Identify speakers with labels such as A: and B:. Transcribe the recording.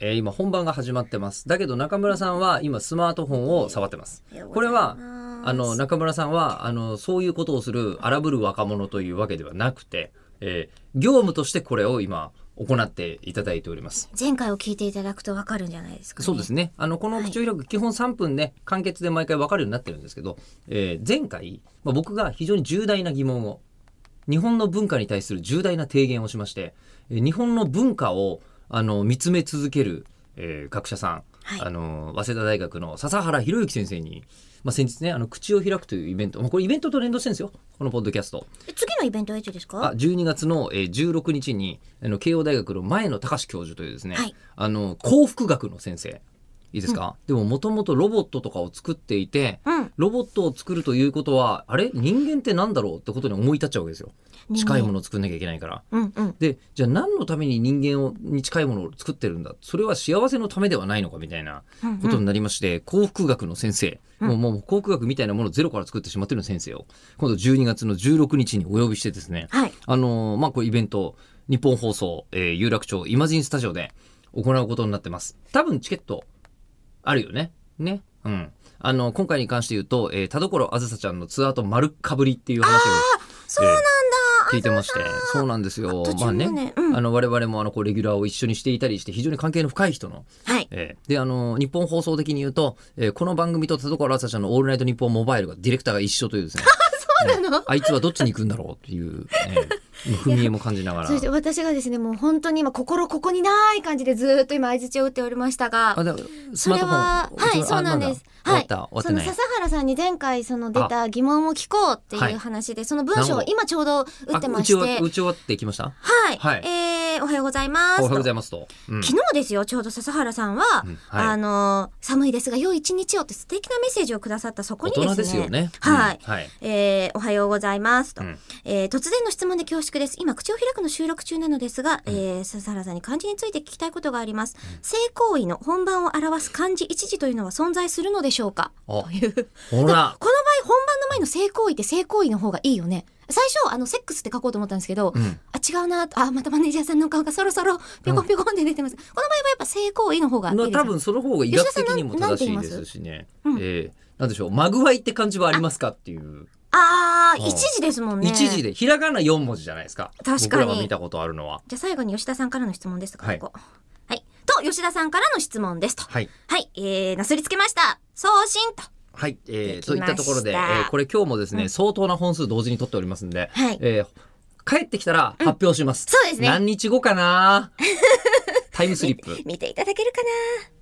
A: えー今本番が始まってます。だけど中村さんは今スマートフォンを触ってます。これは、あの、中村さんは、あの、そういうことをする荒ぶる若者というわけではなくて、えー業務としてこれを今行っていただいております。
B: 前回を聞いていただくとわかるんじゃないですか、ね。
A: そうですね。あの、この口を開く基本3分ね、簡潔で毎回分かるようになってるんですけど、えー前回、まあ、僕が非常に重大な疑問を、日本の文化に対する重大な提言をしまして、えー日本の文化を、あの、見つめ続ける、えー学者さん、
B: はい
A: あの、早稲田大学の笹原博之先生に、まあ、先日ね、あの、口を開くというイベント、まあ、これイベントと連動してるんですよ。このポッドキャスト。
B: え次のイベントはいつです
A: あ
B: か。
A: 12月の、えー16日にあの慶応大学の前野隆教授というですね、
B: はい
A: あの幸福学の先生いいですか、でももともとロボットとかを作っていて
B: うん。
A: ロボットを作るということはあれ人間ってなんだろうってことに思い立っちゃうわけですよ近いも
B: の。
A: のを作んなきゃいけないから。
B: うんうん。
A: でじゃあ何のために人間をに近いものを作ってるんだそれは幸せのためではないのかみたいな
B: うんうん
A: ことになりまして、幸福学の先生、もうもう幸福学みたいなものをゼロから作ってしまってる先生を今度12月の16日にお呼びしてですね、
B: はい。
A: あのーまあ、これイベント、日本放送、えー有楽町イマジンスタジオで行うことになってます。多分チケット、あるよね。ね。うん。あの、今回に関して言うと、えー田所あずさちゃんのツアーと丸かぶりっていう話を。
B: そうなんだ。
A: 聞いてまして、そうなんですよ
B: あ。途中
A: まあね、
B: もねうん
A: あの我々もあのこうレギュラーを一緒にしていたりして非常に関係の深い人の
B: はい。
A: えーで、あのー日本放送的に言うと、えーこの番組と田所あずさちゃんのオールナイトニッポンモバイルが、ディレクターが一緒というですね。そうなの、あいつはどっちに行くんだろうって いう、えー踏み絵も感じながら
B: そし。て私がですね、もう本当に今心ここにない感じでずーっと今相槌を打っておりましたが。
A: あ、だからス
B: そ
A: マー
B: れ
A: トフォン。
B: は
A: うちの
B: はい
A: あ
B: そうなんです
A: まだ
B: はい
A: 終わった、終
B: そ
A: わ
B: の
A: ってない
B: 笹。原さんに前回その出た疑問を聞こうって
A: はいいう
B: 話でその文章
A: な
B: を
A: るほど
B: 今ちょうど打って
A: あ、打
B: ま
A: ち
B: し
A: 終わ
B: て
A: 打ち終わってきました
B: はい、
A: はい
B: えーおはようございま
A: おは
B: す
A: ようご
B: と
A: ざいますと。うん
B: 昨日ですよちょうど笹原さんは、
A: うんはい
B: あのー寒いですが良い一日をって素敵なメッセージをくださったそこ
A: 大
B: にですね
A: 人ですよね。
B: はい、
A: うんはい。
B: えーおはようございますと、
A: うん
B: えー突然の質問で恐縮です今口を開くの収録中なのですが、えー笹原さんに漢字について聞きたいことがあります、性行為の本番を表す漢字一字というのは存在するのでしょうか
A: あ
B: というこの
A: ほ
B: 場合
A: ら。
B: 本番の前の性行為って性行為の方がいいよね最初あのセックスって書こうと思ったんですけど、
A: うん。
B: あ違うなあまたマネージャーさんの顔がそろそろピョコンピョコンって出てます、この場合はやっぱ性行為の方がいいです
A: な
B: よね
A: 多分その方が医学的にも
B: 吉田さんな
A: 正
B: んて
A: し
B: 言い
A: い
B: ま
A: ですすしね。
B: うん
A: えーなんでしょう。まぐわいって漢字はありますかっていう。
B: あ
A: う
B: ー
A: ん
B: 一時ですもんね
A: 一字で、ひらがな4文字じゃないですか。
B: 確かに
A: 僕らが見たことあるのは。
B: じゃあ最後に吉田さんからの質問ですとか、
A: はい
B: ここはい。と、吉田さんからの質問ですと。
A: はい。
B: はい。えー、なすりつけました。送信と。
A: はい、えー、
B: でき
A: といったところで、え
B: ました
A: ーこれ今日もですね、相当な本数同時に取っておりますんで、
B: はい
A: えー帰ってきたら発表します。
B: そうですね
A: 何日後かなタイムスリップ。
B: 見ていただけるかな